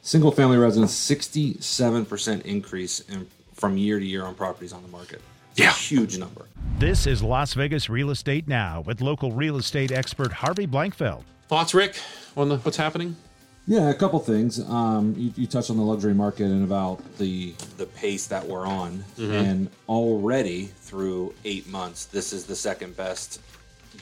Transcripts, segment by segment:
Single family residence, 67% increase in, from year to year on properties on the market. It's Yeah. a huge number. This is Las Vegas Real Estate Now with local real estate expert Harvey Blankfeld. Thoughts, Rick, on the, what's happening? Yeah, a couple things. Um, you, you touched on the luxury market and about the the pace that we're on, Mm-hmm. and already through eight months, this is the second best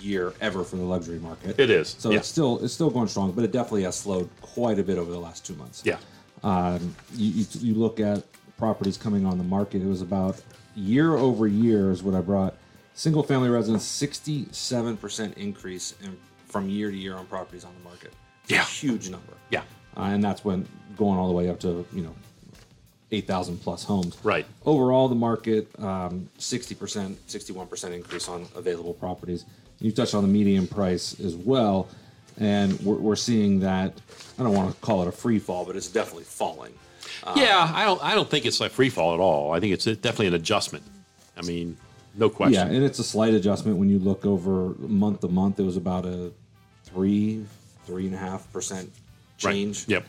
year ever for the luxury market. It is. So yeah. it's still it's still going strong, but it definitely has slowed quite a bit over the last two months. yeah. Um, you, you, you look at properties coming on the market. It was about year over year is what I brought. Single family residence, sixty seven percent increase in, from year to year on properties on the market. It's a Yeah. huge number. Yeah. uh, and that's when going all the way up to you know eight thousand plus homes. Right. Overall, the market um, sixty percent, sixty one percent increase on available properties. You touched on the median price as well, and we're, we're seeing that. I don't want to call it a free fall, but it's definitely falling. yeah, I don't I don't think it's like free fall at all. I think it's definitely an adjustment. I mean, no question. Yeah, and it's a slight adjustment when you look over month to month. It was about a three, three and a half percent Right. change. Yep.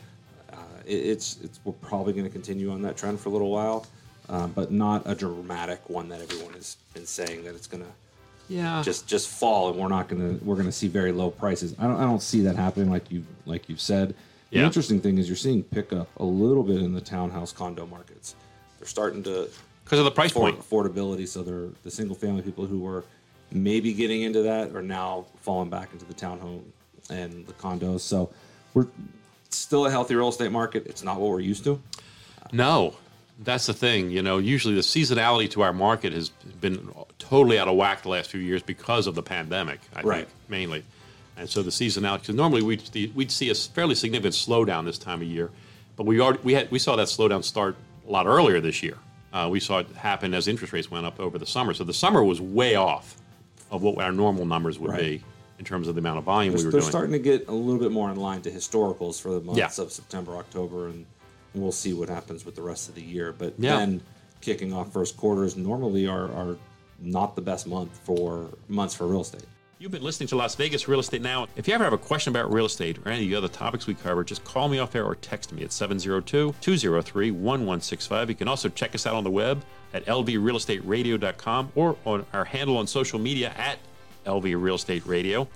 it, it's it's we're probably going to continue on that trend for a little while, um, but not a dramatic one that everyone has been saying that it's going to Yeah. just just fall and we're not going to we're going to see very low prices. I don't I don't see that happening like you like you've said. The Yeah. interesting thing is you're seeing pickup a little bit in the townhouse condo markets. They're starting to because of the price for point. affordability, so they're the single family people who were maybe getting into that are now falling back into the townhome and the condos. So we're still a healthy real estate market. It's not what we're used to. No, that's the thing. You know, usually the seasonality to our market has been totally out of whack the last few years because of the pandemic, I Right. think, mainly. And so the seasonality, because normally we'd, see- we'd see a fairly significant slowdown this time of year, but we already, we had we saw that slowdown start a lot earlier this year. Uh, we saw it happen as interest rates went up over the summer. So the summer was way off of what our normal numbers would Right. be in terms of the amount of volume we They're, were they're doing. starting to get a little bit more in line to historicals for the months Yeah. of September, October, and we'll see what happens with the rest of the year. But Yeah. then kicking off first quarters normally are, are not the best month for months for real estate. You've been listening to Las Vegas Real Estate Now. If you ever have a question about real estate or any of the other topics we cover, just call me off air or text me at 702 203 1165. You can also check us out on the web at lvrealestateradio.com or on our handle on social media at lvrealestateradio.